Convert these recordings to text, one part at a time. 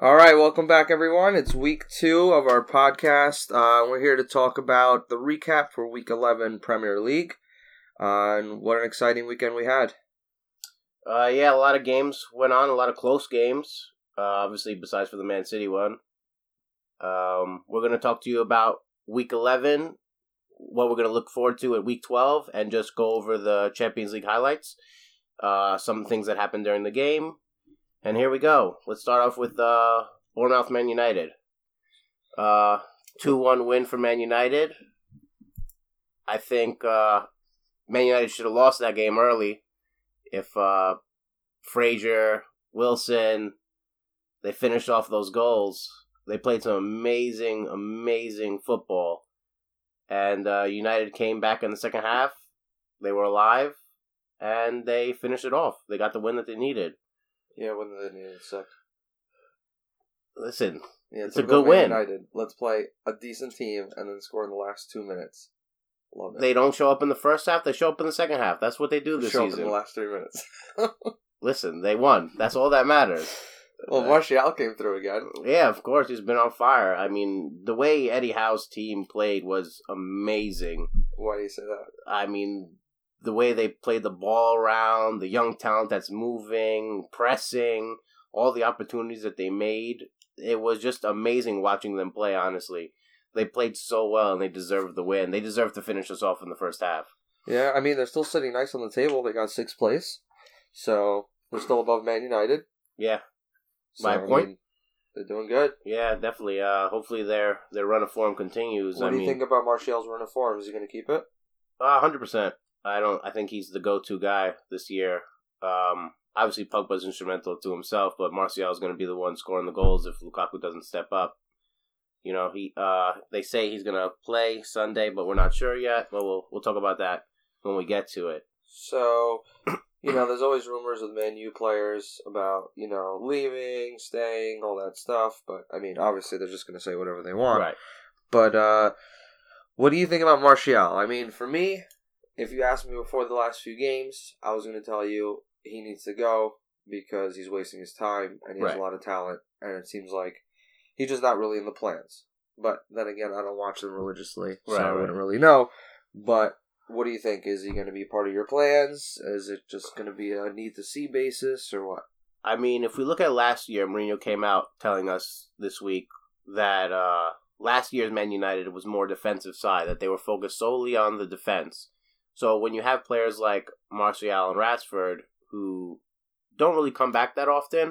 All right, welcome back, everyone. It's week two of our podcast. Uh, we're here to talk about the recap for Week Eleven Premier League, uh, and what an exciting weekend we had. Uh, yeah, a lot of games went on, a lot of close games. Uh, obviously, besides for the Man City one, um, we're going to talk to you about Week Eleven, what we're going to look forward to at Week Twelve, and just go over the Champions League highlights, uh, some things that happened during the game, and here we go. Let's start off with uh, Bournemouth Man United. Uh, two-one win for Man United. I think uh, Man United should have lost that game early if uh Frazier, Wilson, they finished off those goals. They played some amazing, amazing football. And uh, United came back in the second half. They were alive and they finished it off. They got the win that they needed. Yeah, when the needed sucked. Listen, Yeah, It's a good win. United. Let's play a decent team and then score in the last two minutes. Love it. they don't show up in the first half, they show up in the second half. That's what they do this Show up in the season. last three minutes. Listen, they won. That's all that matters. well, Martial came through again. Yeah, of course he's been on fire. I mean, the way Eddie Howe's team played was amazing. Why do you say that? I mean, the way they played the ball around, the young talent that's moving, pressing, all the opportunities that they made. It was just amazing watching them play, honestly. They played so well and they deserved the win. They deserved to finish us off in the first half. Yeah, I mean they're still sitting nice on the table. They got sixth place, so they're still above Man United. Yeah, So, My I point. mean, they're doing good. yeah, definitely. Uh, hopefully their their run of form continues. What I do you mean, think about Martial's run of form? Is he going to keep it? Uh, hundred percent. I don't. I think he's the go to guy this year. Um, obviously Pogba's instrumental to himself, but Martial is going to be the one scoring the goals if Lukaku doesn't step up. You know, he. Uh, they say he's going to play Sunday, but we're not sure yet. But we'll we'll talk about that when we get to it. So, you know, there's always rumors with Man U players about you know leaving, staying, all that stuff. But I mean, obviously they're just going to say whatever they want. Right. But uh, what do you think about Martial? I mean, for me, if you asked me before the last few games, I was going to tell you he needs to go because he's wasting his time and he has Right. a lot of talent, and it seems like he's just not really in the plans. But then again, I don't watch them religiously, so Right, I right. wouldn't really know. But what do you think? Is he going to be part of your plans? Is it just going to be a need to see basis or what? I mean, if we look at last year, Mourinho came out telling us this week that uh, last year's Man United was more defensive side, that they were focused solely on the defense. So when you have players like Martial and Rashford who don't really come back that often,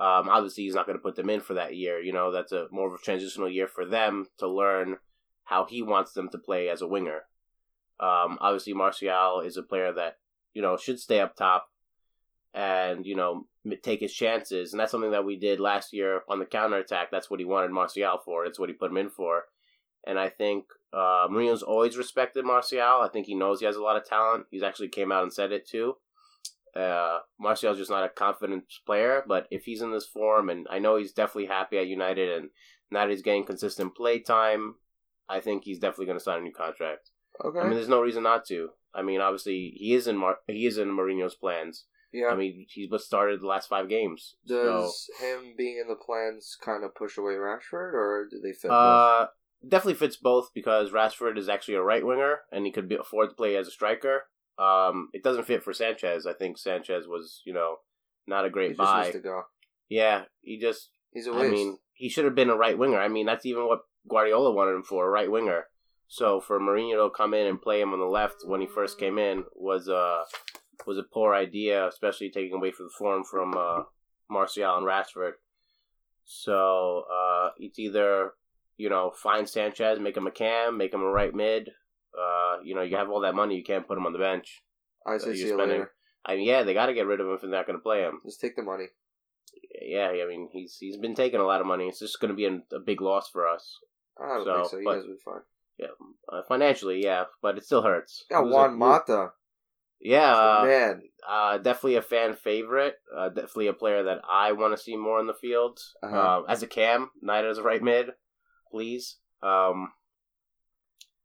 um, obviously he's not going to put them in for that year. You know, that's a more of a transitional year for them to learn how he wants them to play as a winger. Um, obviously, Martial is a player that you know should stay up top and you know m- take his chances. And that's something that we did last year on the counterattack. That's what he wanted Martial for. That's what he put him in for. And I think uh, Mourinho's always respected Martial. I think he knows he has a lot of talent. He's actually came out and said it too. Uh, Martial's just not a confident player, but if he's in this form, and I know he's definitely happy at United, and now that he's getting consistent play time, I think he's definitely going to sign a new contract. Okay. I mean, there's no reason not to. I mean, obviously he is in Mar- he is in Mourinho's plans. yeah. I mean, he's but started the last five games. So, Does him being in the plans kind of push away Rashford, or do they fit? both? uh, definitely fits both because Rashford is actually a right winger and he could be afford to play as a striker. Um, it doesn't fit for Sanchez. I think Sanchez was you know not a He great just buy. needs to go. Yeah, he just He's a I waste. mean, he should have been a right winger. I mean, that's even what Guardiola wanted him for, a right winger. So for Mourinho to come in and play him on the left when he first came in was uh was a poor idea, especially taking away from the form from uh, Martial and Rashford. So uh, it's either you know find Sanchez, make him a cam, make him a right mid. Uh, you know, you have all that money, you can't put him on the bench. I uh, say you're see you spending- later. I mean, yeah, they got to get rid of him if they're not going to play him Just take the money. yeah, I mean he's he's been taking a lot of money. It's just going to be a, a big loss for us I don't So, think so. You but- guys will be fine. uh, financially. Yeah, but it still hurts. Got It was Juan a- Mata. Yeah, He's the uh, man. uh, definitely a fan favorite. Uh, definitely a player that I want to see more in the field Uh-huh. Um, as a cam, not as a right mid, please. Um,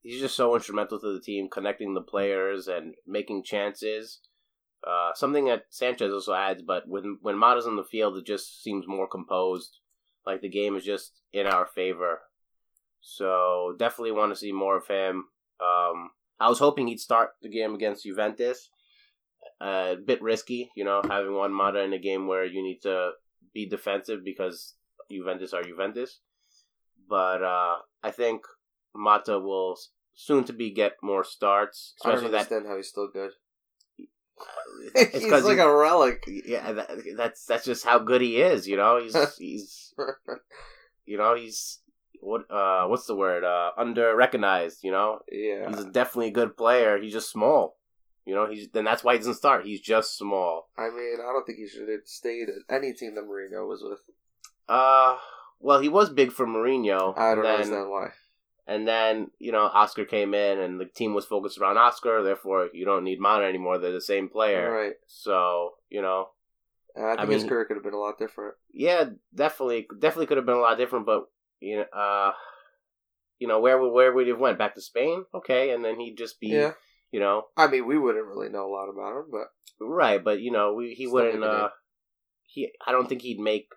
he's just so instrumental to the team, connecting the players and making chances. Uh, something that Sanchez also adds, but when when Mata's on the field, it just seems more composed. Like the game is just in our favor. So definitely want to see more of him. Um, I was hoping he'd start the game against Juventus. Uh, a bit risky, you know, having one Mata in a game where you need to be defensive because Juventus are Juventus. But uh, I think Mata will s- soon to be get more starts, I don't especially that understand how he's still good. It's he's 'cause like he- a relic. yeah, that, that's that's just how good he is. You know, he's he's you know he's what uh what's the word uh under recognized. You know, yeah. he's definitely a good player. He's just small. You know, he's then that's why he doesn't start. He's just small. I mean, I don't think he should have stayed at any team that Mourinho was with. Uh, well, he was big for Mourinho. I don't and then, understand why. And then you know Oscar came in, and the team was focused around Oscar. Therefore, you don't need Mata anymore. They're the same player. Right. So you know, And I think his mean- career could have been a lot different. yeah, definitely, definitely could have been a lot different. But you know, uh, you know, where would where would he have went back to Spain? Okay, and then he'd just be, Yeah. you know, I mean, we wouldn't really know a lot about him, but right. But you know, we, he Still wouldn't. making Uh, he, I don't think he'd make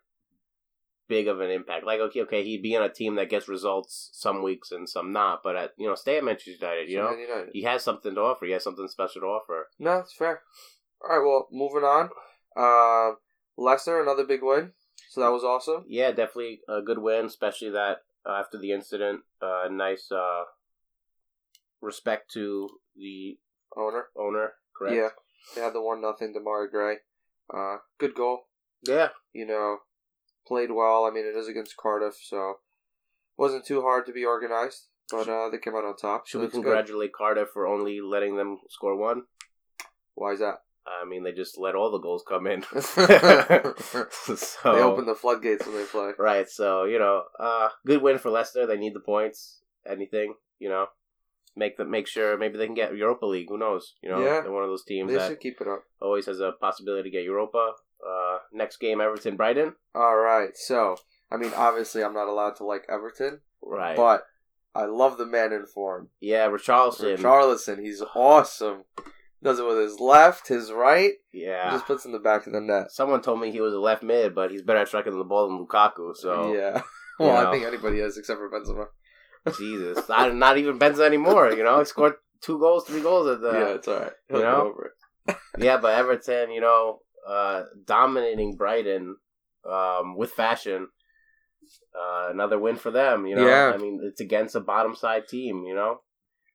big of an impact. Like okay, okay, he'd be on a team that gets results some weeks and some not. But at you know, stay at Manchester United. You know, Man United. he has something to offer. He has something special to offer. No, it's fair. All right, well, moving on. Um Leicester, another big win. So that was awesome. Yeah, definitely a good win, especially that uh, after the incident. Uh, nice uh, respect to the Owner. owner, correct? Yeah. They had the 1 nothing to Mari Gray. Uh, good goal. Yeah. You know, played well. I mean, it is against Cardiff, so wasn't too hard to be organized, but uh, they came out on top. so Should we that's good. congratulate Cardiff for only letting them score one? Why is that? I mean, they just let all the goals come in. so, They Oh. opened the floodgates when they play. right, so, you know, uh, good win for Leicester. They need the points. Anything, you know, make them make sure maybe they can get Europa League. Who knows? You know, Yeah. they're one of those teams They that should keep it up. always has a possibility to get Europa. Uh, next game, Everton Brighton. All right, so I mean, obviously, I'm not allowed to like Everton, Right. but I love the man in form, yeah, Richarlison. Charlison. He's awesome. Does it with his left, his right. yeah. Just puts in the back of the net. Someone told me he was a left mid, but he's better at striking the ball than Lukaku. So yeah. Well, I know. think anybody is except for Benzema. Jesus, I, not even Benza anymore. You know, he scored two goals, three goals at the. yeah, it's all right. you He'll get know? over it. yeah, but Everton, you know, uh, dominating Brighton um, with fashion. Uh, another win for them, you know. Yeah. I mean, it's against a bottom side team, you know.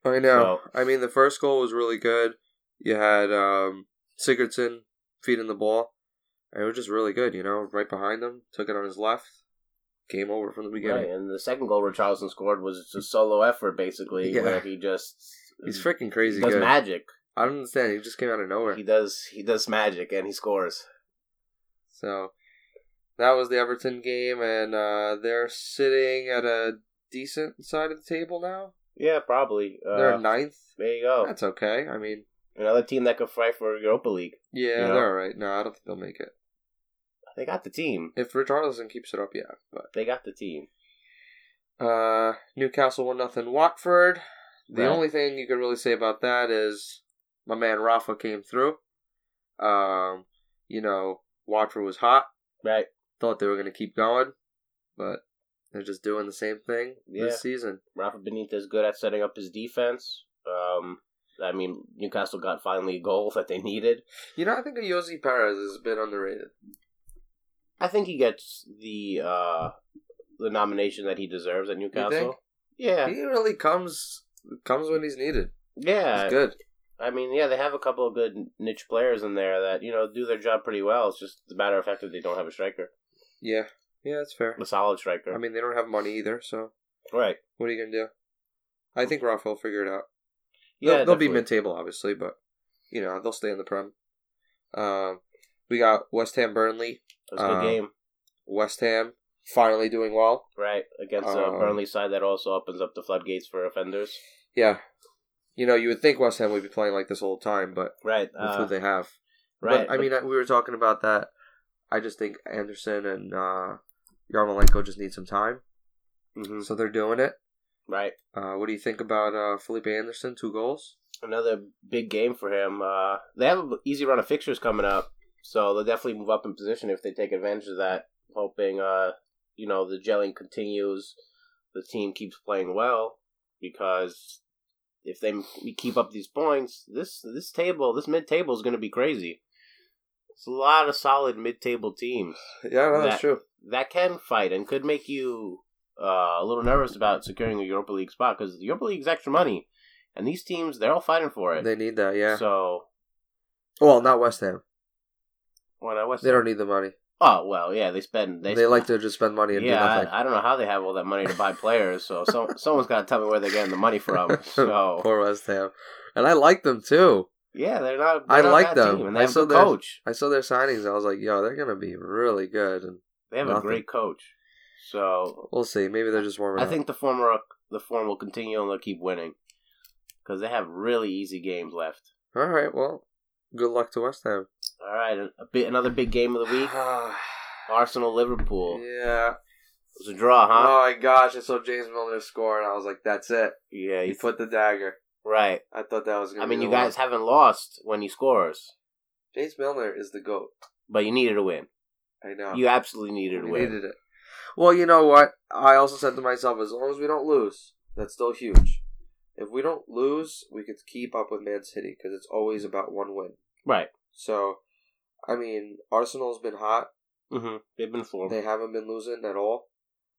I know. I mean, the first goal was really good. You had um, Sigurdsson feeding the ball. And it was just really good, you know, right behind him. Took it on his left. Game over from the beginning. Right, and the second goal Richarlison scored was just a solo effort, basically, Yeah. where he just He's freaking crazy does good. magic. I don't understand. He just came out of nowhere. He does he does magic and he scores. So that was the Everton game, and uh, they're sitting at a decent side of the table now. Yeah, probably. they're Uh, ninth. there you go. That's okay. I mean, Another team that could fight for Europa League. yeah, You know? they're all right. No, I don't think they'll make it. They got the team. If Richarlison keeps it up, yeah. But They got the team. uh, Newcastle one nothing Watford. The Right. only thing you could really say about that is my man Rafa came through. Um, you know, Watford was hot. Right. thought they were going to keep going, but they're just doing the same thing Yeah. this season. Rafa Benitez good at setting up his defense. Um I mean Newcastle got finally a goal that they needed. You know, I think Yosi Perez has been underrated. I think he gets the uh the nomination that he deserves at Newcastle. think? Yeah. He really comes comes when he's needed. yeah. He's good. I mean, yeah, they have a couple of good niche players in there that, you know, do their job pretty well. It's just a matter of fact that they don't have a striker. Yeah, yeah, that's fair. A solid striker. I mean, they don't have money either, so right. what are you going to do? I think Rafa will figure it out. Yeah, they'll, they'll be definitely. mid table, obviously, but you know they'll stay in the prem. Um, we got West Ham, Burnley. It was a good uh, game, West Ham finally doing well. right? Against a um, Burnley side that also opens up the floodgates for offenders. Yeah, you know you would think West Ham would be playing like this all the time, but Right. that's Uh, what they have. right. But, I mean, I- we were talking about that. I just think Anderson and uh, Yarmolenko just need some time, Mhm. so they're doing it. Right. Uh, what do you think about uh, Felipe Anderson? Two goals. Another big game for him. Uh, they have an easy run of fixtures coming up, so they'll definitely move up in position if they take advantage of that, hoping uh, you know the gelling continues, the team keeps playing well because if they m- keep up these points, this this table, this mid table is going to be crazy. It's a lot of solid mid table teams Yeah, no, that's true. that can fight and could make you uh, a little nervous about securing a Europa League spot because the Europa League's extra money, and these teams they're all fighting for it. They need that, yeah. So well, not West Ham. when I was They don't need the money. oh well, yeah, they spend They, they, like to just spend money and yeah. do nothing. I, I don't know how they have all that money to buy players. So, so someone's got to tell me where they're getting the money from. So Poor West Ham. And I like them too. yeah, they're not. I They're not a like bad them. Team, and I they have saw a good their- coach. I saw their signings. and I was like, yo, they're going to be really good. And They have a nothing. great coach. So we'll see. Maybe they're just warming I up. think the former the form will continue and they'll keep winning because they have really easy games left. All right, well, good luck to West Ham. All right, a bit another big game of the week. Arsenal Liverpool. It yeah. was a draw, huh? Oh my gosh, I saw James Milner score and I was like, that's it. yeah, He you, put the dagger. right. I thought that was going to I mean, you guys haven't lost when he scores, James Milner is the GOAT. but you needed a win. I know. You absolutely needed a we win. needed it. Well, you know what? I also said to myself, as long as we don't lose, that's still huge. If we don't lose, we could keep up with Man City because it's always about one win. Right. So, I mean, Arsenal's been hot. Mm-hmm. They've been four. They haven't been losing at all.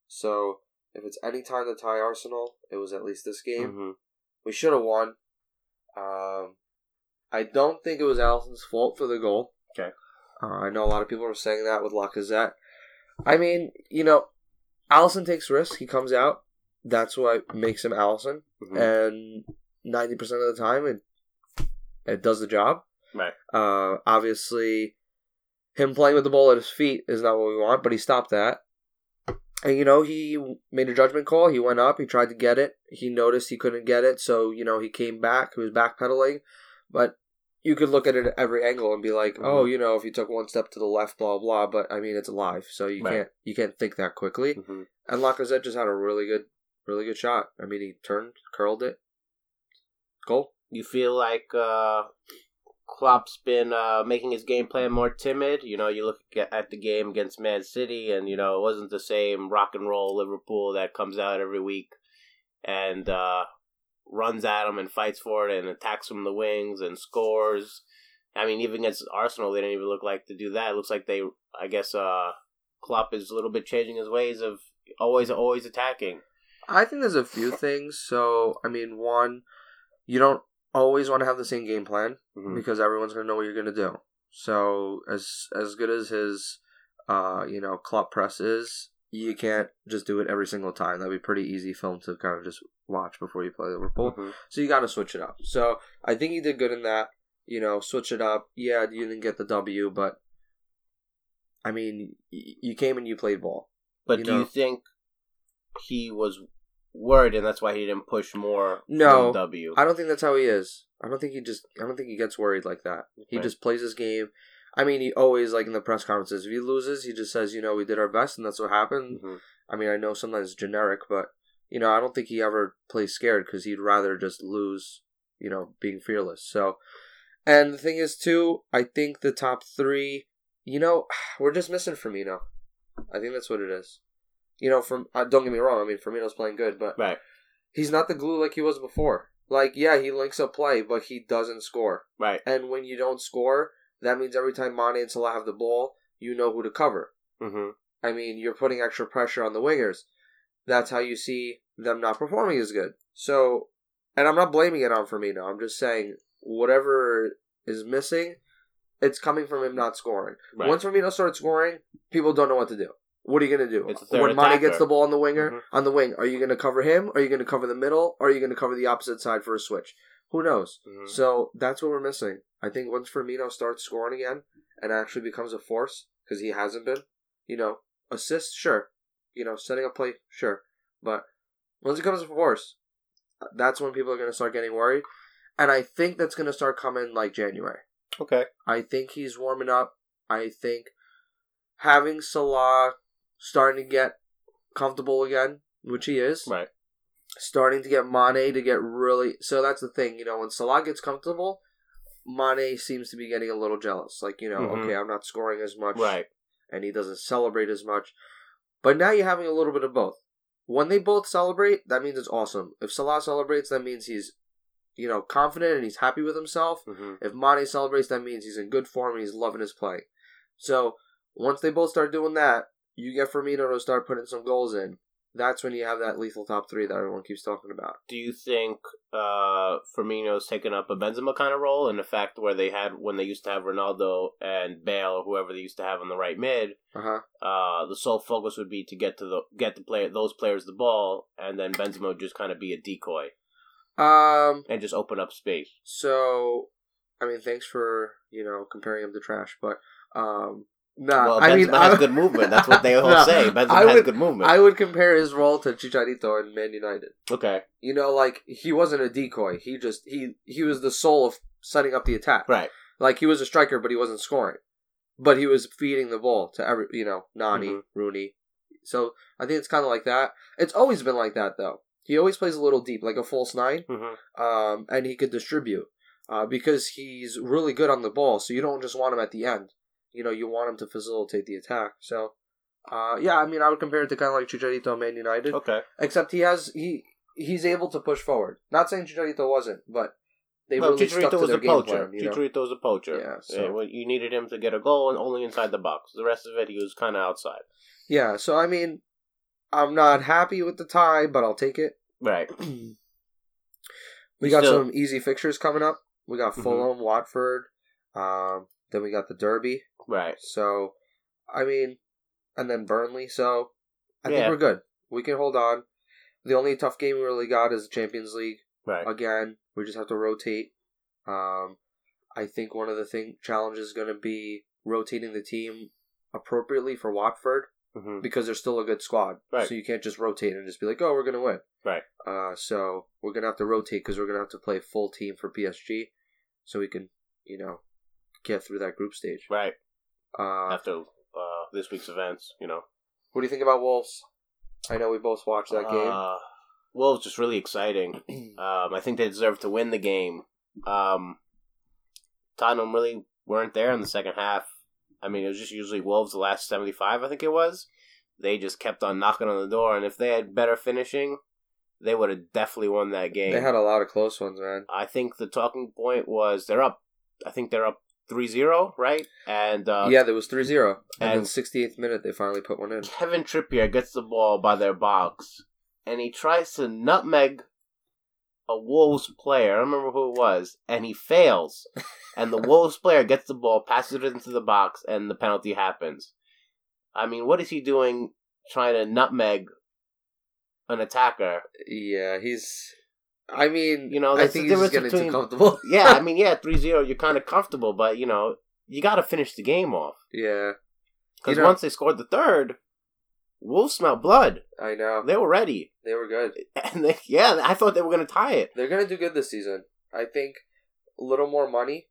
So, if it's any time to tie Arsenal, it was at least this game. Mhm. We should have won. Um, I don't think it was Allison's fault for the goal. Okay. Uh, I know a lot of people are saying that with Lacazette. I mean, you know, Allison takes risks. He comes out. That's what makes him Allison. Mhm. And ninety percent of the time, it it does the job. Right. Uh, obviously, him playing with the ball at his feet is not what we want, but he stopped that. And you know, he made a judgment call. He went up. He tried to get it. He noticed he couldn't get it, so you know he came back. He was backpedaling, but you could look at it at every angle and be like, Mm-hmm. oh, you know, if you took one step to the left, blah blah. But I mean, it's alive, so you Right. can't you can't think that quickly. Mhm. And Lacazette just had a really good, really good shot. I mean, he turned, curled it, goal. You feel like uh, Klopp's been uh, making his game plan more timid. You know, you look at- at the game against Man City, and you know it wasn't the same rock and roll Liverpool that comes out every week and uh, runs at him and fights for it and attacks from the wings and scores. I mean, even against Arsenal, they didn't even look like to do that. It looks like they, I guess, uh, Klopp is a little bit changing his ways of always, always attacking. I think there's a few things. So I mean, one, you don't always want to have the same game plan because everyone's gonna know what you're gonna do. So as as good as his, uh, you know, club press is, you can't just do it every single time. That'd be pretty easy film to kind of just watch before you play Liverpool. Mhm. So you got to switch it up. So I think he did good in that. You know, switch it up. Yeah, you didn't get the W, but I mean, y- you came and you played ball. But you do know. you think he was worried, and that's why he didn't push more? No, on W. I don't think that's how he is. I don't think he just. I don't think he gets worried like that. He Right. just plays his game. I mean, he always like in the press conferences. If he loses, he just says, "You know, we did our best, and that's what happened." Mhm. I mean, I know sometimes it's generic, but you know, I don't think he ever plays scared because he'd rather just lose. You know, being fearless. So, and the thing is, too, I think the top three. You know, we're just missing Firmino. I think that's what it is. You know, from uh, don't get me wrong. I mean, Firmino's playing good, but Right, he's not the glue like he was before. Like, yeah, he links up play, but he doesn't score. right. And when you don't score, that means every time Mane and Salah have the ball, you know who to cover. Mm-hmm. I mean, you're putting extra pressure on the wingers. That's how you see them not performing as good. So, and I'm not blaming it on Firmino. I'm just saying whatever is missing, it's coming from him not scoring. Right. Once Firmino starts scoring, people don't know what to do. What are you going to do? It's a third When Mane gets attacker. the ball on the winger, Mhm. on the wing, are you going to cover him? Are you going to cover the middle? Are you going to cover the opposite side for a switch? Who knows? Mhm. So that's what we're missing. I think once Firmino starts scoring again and actually becomes a force because he hasn't been, you know, assists, sure, you know, setting a play, sure, but once he becomes a force, that's when people are going to start getting worried, and I think that's going to start coming like January. Okay. I think he's warming up. I think having Salah starting to get comfortable again, which he is, Right. starting to get Mane to get really. So that's the thing, you know, when Salah gets comfortable, Mane seems to be getting a little jealous. Like, you know, Mhm. okay, I'm not scoring as much, Right. and he doesn't celebrate as much. But now you're having a little bit of both. When they both celebrate, that means it's awesome. If Salah celebrates, that means he's, you know, confident and he's happy with himself. Mm-hmm. If Mane celebrates, that means he's in good form and he's loving his play. So once they both start doing that, you get Firmino to start putting some goals in. That's when you have that lethal top three that everyone keeps talking about. Do you think uh, Firmino's taken up a Benzema kind of role in the fact where they had when they used to have Ronaldo and Bale or whoever they used to have on the right mid? Uh huh. Uh, the sole focus would be to get to the get the player those players the ball, and then Benzema would just kind of be a decoy Um. and just open up space. So, I mean, thanks for you know comparing him to trash, but um, nah. well, Benzema I mean, has I, good movement. That's what they all No, say. Benzema I has would- good movement. I would compare his role to Chicharito in Man United. okay, You know, like he wasn't a decoy. He just he he was the soul of setting up the attack. right. Like he was a striker, but he wasn't scoring. But he was feeding the ball to every you know Nani, Mhm. Rooney. So I think it's kind of like that. It's always been like that though. He always plays a little deep, like a false nine Mm-hmm. um, and he could distribute uh, because he's really good on the ball. So you don't just want him at the end. You know, you want him to facilitate the attack. So, uh, yeah, I mean, I would compare it to kind of like Chicharito and Man United, Okay. except he has he he's able to push forward. Not saying Chicharito wasn't, but they Well, really stuck Chicharito to was their a game poacher. plan. You know? Chicharito was a poacher. Yeah, Yeah, so- well, you needed him to get a goal and only inside the box. The rest of it, he was kind of outside. Yeah. So I mean, I'm not happy with the tie, but I'll take it. Right. We You got still- some easy fixtures coming up. We got Mhm. Fulham, Watford. Um, then we got the Derby. Right. So, I mean, and then Burnley. So, I think Yeah. we're good. We can hold on. The only tough game we really got is the Champions League. Right. Again, we just have to rotate. Um, I think one of the thing challenges is going to be rotating the team appropriately for Watford hmm because they're still a good squad. Right. So you can't just rotate and just be like, oh, we're going to win. Right. Uh, so we're going to have to rotate because we're going to have to play full team for PSG so we can, you know, get through that group stage. Right. Uh, After uh, this week's events, you know. What do you think about Wolves? I know we both watched that Uh, Wolves just really exciting. game. Um, I think they deserve to win the game. Um, Tottenham really weren't there in the second half. I mean, it was just usually Wolves the last 75, I think it was. They just kept on knocking on the door, and if they had better finishing, they would have definitely won that game. They had a lot of close ones, man. I think the talking point was they're up. I think they're up 3-0, right? And uh, yeah, there was 3 0. And, then and- 68th minute, they finally put one in. Kevin Trippier gets the ball by their box, and he tries to nutmeg a Wolves player. I don't remember who it was, and he fails. And the Wolves player gets the ball, passes it into the box, and the penalty happens. I mean, what is he doing trying to nutmeg an attacker? Yeah, he's. I mean, You know, I that's think the he's just getting difference too between- comfortable. Yeah, I mean, yeah, 3 0, you're kind of comfortable, but, you know, you got to finish the game off. yeah, Because You know- once they scored the third, Wolves smelled blood. I know. They were ready. They were good. And they, yeah, I thought they were going to tie it. They're going to do good this season. I think a little more money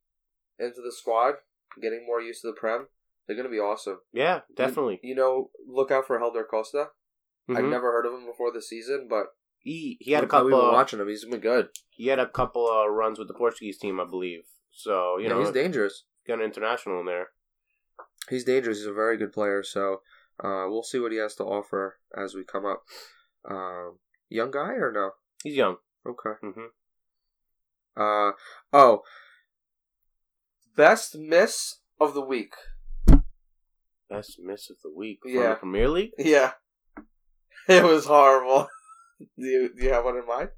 into the squad, getting more used to the Prem. They're going to be awesome. Yeah, definitely. You know, look out for Helder Costa. I've Mhm. never heard of him before this season, but he he had a look how couple We've been of, watching him. He's been good. he had a couple of runs with the Portuguese team, I believe. So you yeah, know, he's dangerous. got an international in there. he's dangerous. He's a very good player. So uh, we'll see what he has to offer as we come up. Um, young guy or no? He's young. Okay. hmm Uh, oh, best miss of the week. Best miss of the week from Yeah. the Premier League. Yeah, it was horrible. do, you, do you have one in mind?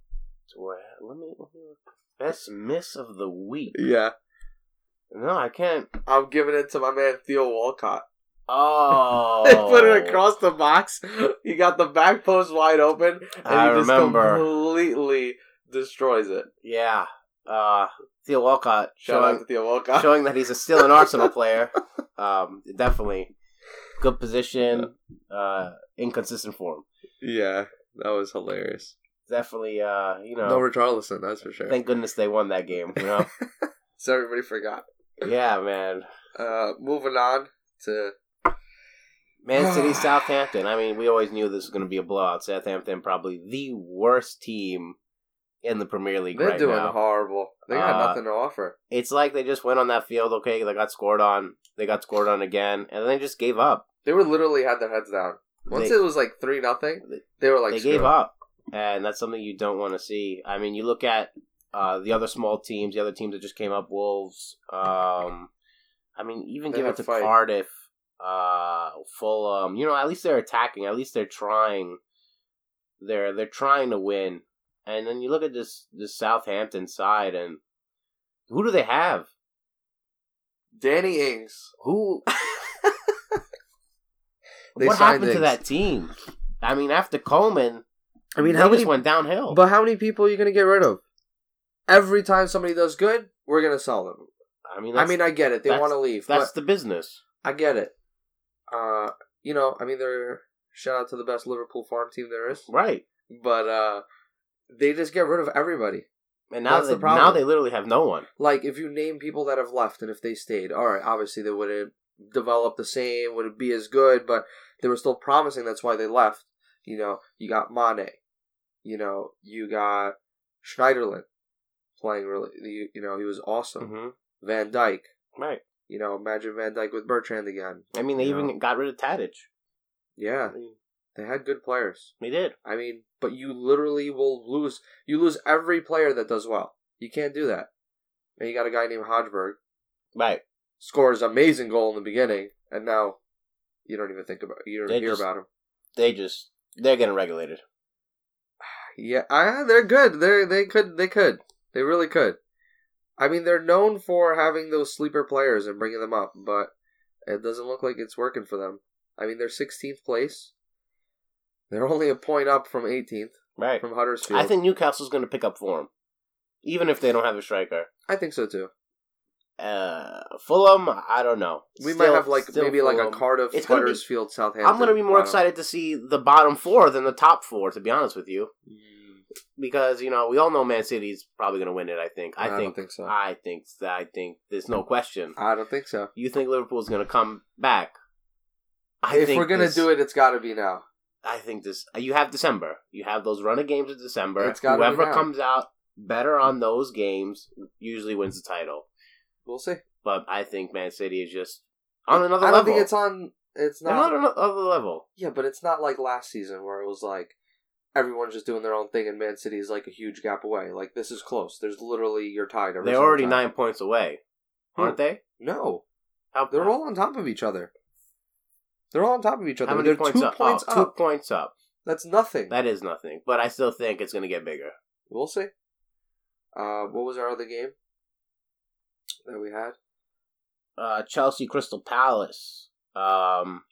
Do I have- let me, let me look. best miss of the week. Yeah, No, I can't. I'm giving it to my man Theo Walcott. Oh, They put it across the box. He got the back post wide open, and I he just remember. completely destroys it. Yeah, uh, Theo Walcott Shout out showing to Theo Walcott. showing that he's a, still an Arsenal player. Um, definitely good position. Uh, inconsistent form. Yeah, that was hilarious. Definitely, uh, you know. No Richarlison, that's for sure. Thank goodness they won that game. You know? so everybody forgot. yeah, man. Uh, moving on to Man City, Southampton. I mean, we always knew this was going to be a blowout. Southampton, probably the worst team in the Premier League they're right doing now. horrible. They got Uh, nothing to offer. It's like they just went on that field. Okay, they got scored on. They got scored on again, and then they just gave up. They were literally had their heads down. Once They- it was like three nothing, they were like they screw gave it. up, and that's something you don't want to see. I mean, you look at uh, the other small teams, the other teams that just came up, Wolves. Um, I mean, even They give had it a to fight. Cardiff, uh, Fulham. You know, at least they're attacking. At least they're trying. They're they're trying to win. And then you look at this this Southampton side, and who do they have? Danny Ings. Who? They what signed happened to Ings. that team? I mean, after Coleman, I mean, they how just many? went downhill? But how many people are you gonna get rid of? Every time somebody does good, we're gonna sell them. I mean, I that's, mean, I get it. They that's- want to leave. that's But the business. I get it. Uh, you know, I mean, they're shout out to the best Liverpool farm team there is. Right. But uh, they just get rid of everybody. And now That's they, the problem. now they literally have no one. Like if you name people that have left and if they stayed, all right, obviously they wouldn't develop the same, wouldn't be as good, but they were still promising. That's why they left. You know, you got Mane, you know, you got Schneiderlin playing really. You, you know, he was awesome. Mm-hmm. Van Dyke, Right. you know, imagine Van Dyke with Bertrand again. I mean, they You even know? got rid of Tadic. yeah, they had good players. They did. I mean, but you literally will lose. You lose every player that does well. You can't do that. And you got a guy named Hodgeberg. Right. scores amazing goal in the beginning, and now you don't even think about you don't They hear just- about him. They just they're getting regulated. Yeah, I, they're good. They they could they could they really could. I mean, they're known for having those sleeper players and bringing them up, but it doesn't look like it's working for them. I mean, they're 16th place. They're only a point up from 18th Right. from Huddersfield. I think Newcastle's going to pick up for him, even if they don't have a striker. I think so too. Uh, Fulham, I don't know. We might Still- have like still maybe like a Fulham. Cardiff, It's gonna be- Huddersfield, Southampton. I'm going to be more bottom. excited to see the bottom four than the top four, to be honest with you, Mm, because you know we all know Man City's probably going to win it. I think. I, I think. don't think so. I think. I think. There's no question. I don't think so. You think Liverpool's going to come back? if we're gonna this- do it, it's got to be now. I think this. uh, You have December. You have those run of games in December. It's gotta be Whoever now. comes out better on those games usually wins the title. We'll see. But I think Man City is just on another I don't level. think it's on. It's They're not. not on another level. Yeah, but it's not like last season where it was like everyone's just doing their own thing, and Man City is like a huge gap away. Like this is close. There's literally you're tied. every They're single already time. nine points away, aren't they? No, How, they're all on top of each other. They're all on top of each other. how many they're points two up? points oh, up. Two points up. That's nothing. That is nothing. But I still think it's going to get bigger. We'll see. Uh, what was our other game that we had? uh, Chelsea Crystal Palace. Um,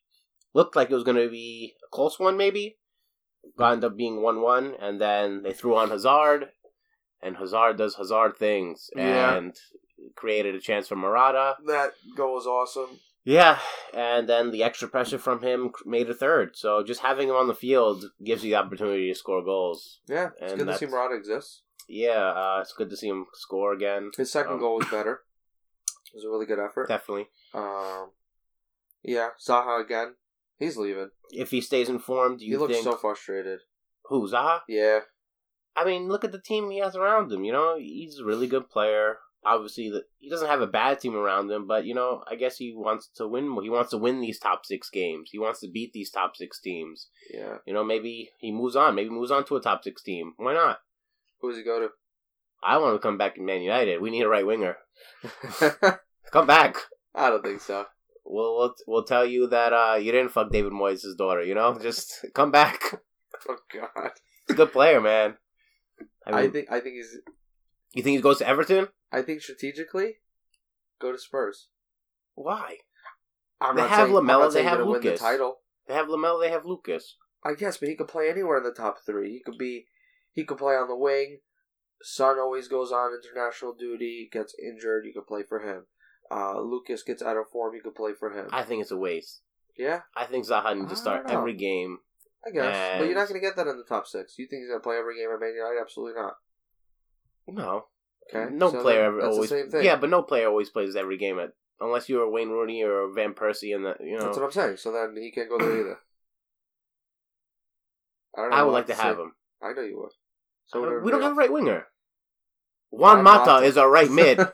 looked like it was going to be a close one, maybe. Wound up being 1 1, and then they threw on Hazard, and Hazard does Hazard things Yeah. and created a chance for Murata. That goal was awesome. Yeah, and then the extra pressure from him c- made a third. So just having him on the field gives you the opportunity to score goals. Yeah, it's And good to that's- see Murata exists. Yeah, uh, it's good to see him score again. His second Um, goal was better. It was a really good effort. Definitely. Um, yeah, Zaha again. He's leaving. If he stays informed, do He you looks think. so frustrated. who, Zaha? Yeah, I mean, look at the team he has around him. You know, he's a really good player. Obviously, the, he doesn't have a bad team around him, but you know, I guess he wants to win. more. He wants to win these top six games. He wants to beat these top six teams. yeah. You know, maybe he moves on. Maybe moves on to a top six team. Why not? Who does he go I want to come back to Man United. We need a right winger. to? Come back. I don't think so. We'll we'll, we'll tell you that uh, you didn't fuck David Moyes' daughter. You know, just come back. Oh God. He's a good player, man. I I, mean, think I think he's. you think he goes to Everton? I think strategically, go to Spurs. Why? I'm They not have saying, I'm not Lamella, they saying have gonna Win the Lucas. title. They have Lamelo. They have Lucas. I guess, but he could play anywhere in the top three. He could be. He could play on the wing. Son always goes on international duty. Gets injured. You could play for him. Uh, Lucas gets out of form. You could play for him. I think it's a waste. yeah, I think Zaha needs I to start don't know. every game. I guess. But you're And- not going to get that in the top six. You think he's going to play every game at Man United? Absolutely not. No, Okay. no So player that- ever that's always. the same thing. Yeah, but no player always plays every game at unless you're Wayne Rooney or Van Persie, and the, you know That's what I'm saying. So then he can't go there either. I, don't I would what like to have say. him. I know you would. I So don't- would we don't have a everybody right winger. Juan Juan Mata, Mata. is our right mid. else.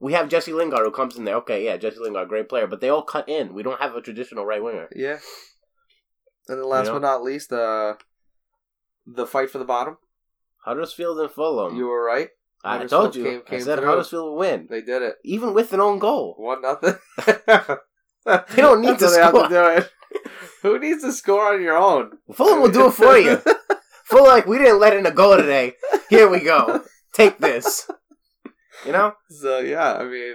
we have Jesse Lingard who comes in there. Okay, yeah, Jesse Lingard, great player, but they all cut in. We don't have a traditional right winger. yeah. And then last Yeah. but not least, uh, the fight for the bottom. Huddersfield and Fulham. You were right. I Huddersfield told you. came- I came said through. Huddersfield would win, They did it. even with an own goal. One nothing. they don't need to score. do it. Who needs to score on your own? Fulham will do it for you. Fulham, like we didn't let in a goal today. Here we go. Take this. You know, So yeah, I mean,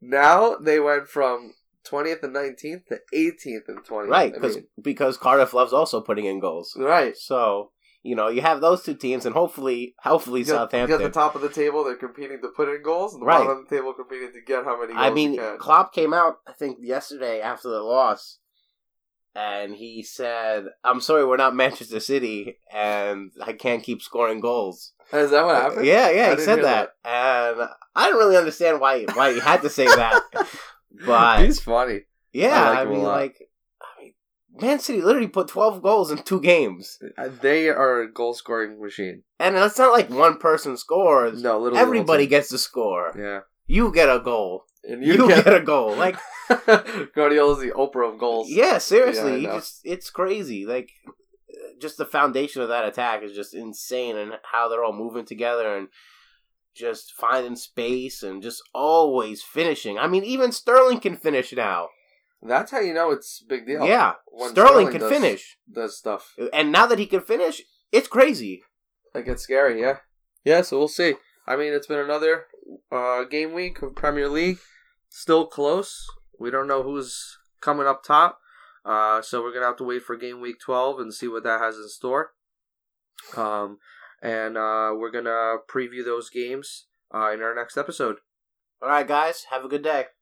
now they went from twentieth and nineteenth to eighteenth and twentieth. right? Because because Cardiff loves also putting in goals. right. So you know you have those two teams, and hopefully, hopefully You got, you got the Southampton. top of the table; they're competing to put in goals, and the Right. bottom of the table competing to get how many. Goals I mean, you can. Klopp came out I think yesterday after the loss, and he said, "I'm sorry, we're not Manchester City, and I can't keep scoring goals." is that what happened? uh, Yeah, I yeah, he didn't said hear that. and I didn't really understand why why he had to say that. But- he's funny. Yeah, I like I, him a mean, lot. like, I mean, Man City literally put twelve goals in two games, Uh, They are a goal scoring machine. and it's not like one person scores. No, little Everybody gets to score. Yeah, You get a goal. and You, get, a goal. Like, Guardiola's the Oprah of goals. yeah, seriously, Yeah, I you know. just, it's crazy. Like, just the foundation of that attack is just insane, and how they're all moving together and just finding space and just always finishing. I mean, even Sterling can finish now. That's how you know it's a big deal. Yeah, When Sterling, can does- finish, does stuff. and now that he can finish, it's crazy. Like it's scary, yeah. Yeah, so we'll see. I mean, it's been another uh, game week of Premier League. Still close. We don't know who's coming up top. Uh, so we're gonna have to wait for game week twelve and see what that has in store. Um, and uh, we're gonna preview those games uh, in our next episode. All right, guys, have a good day.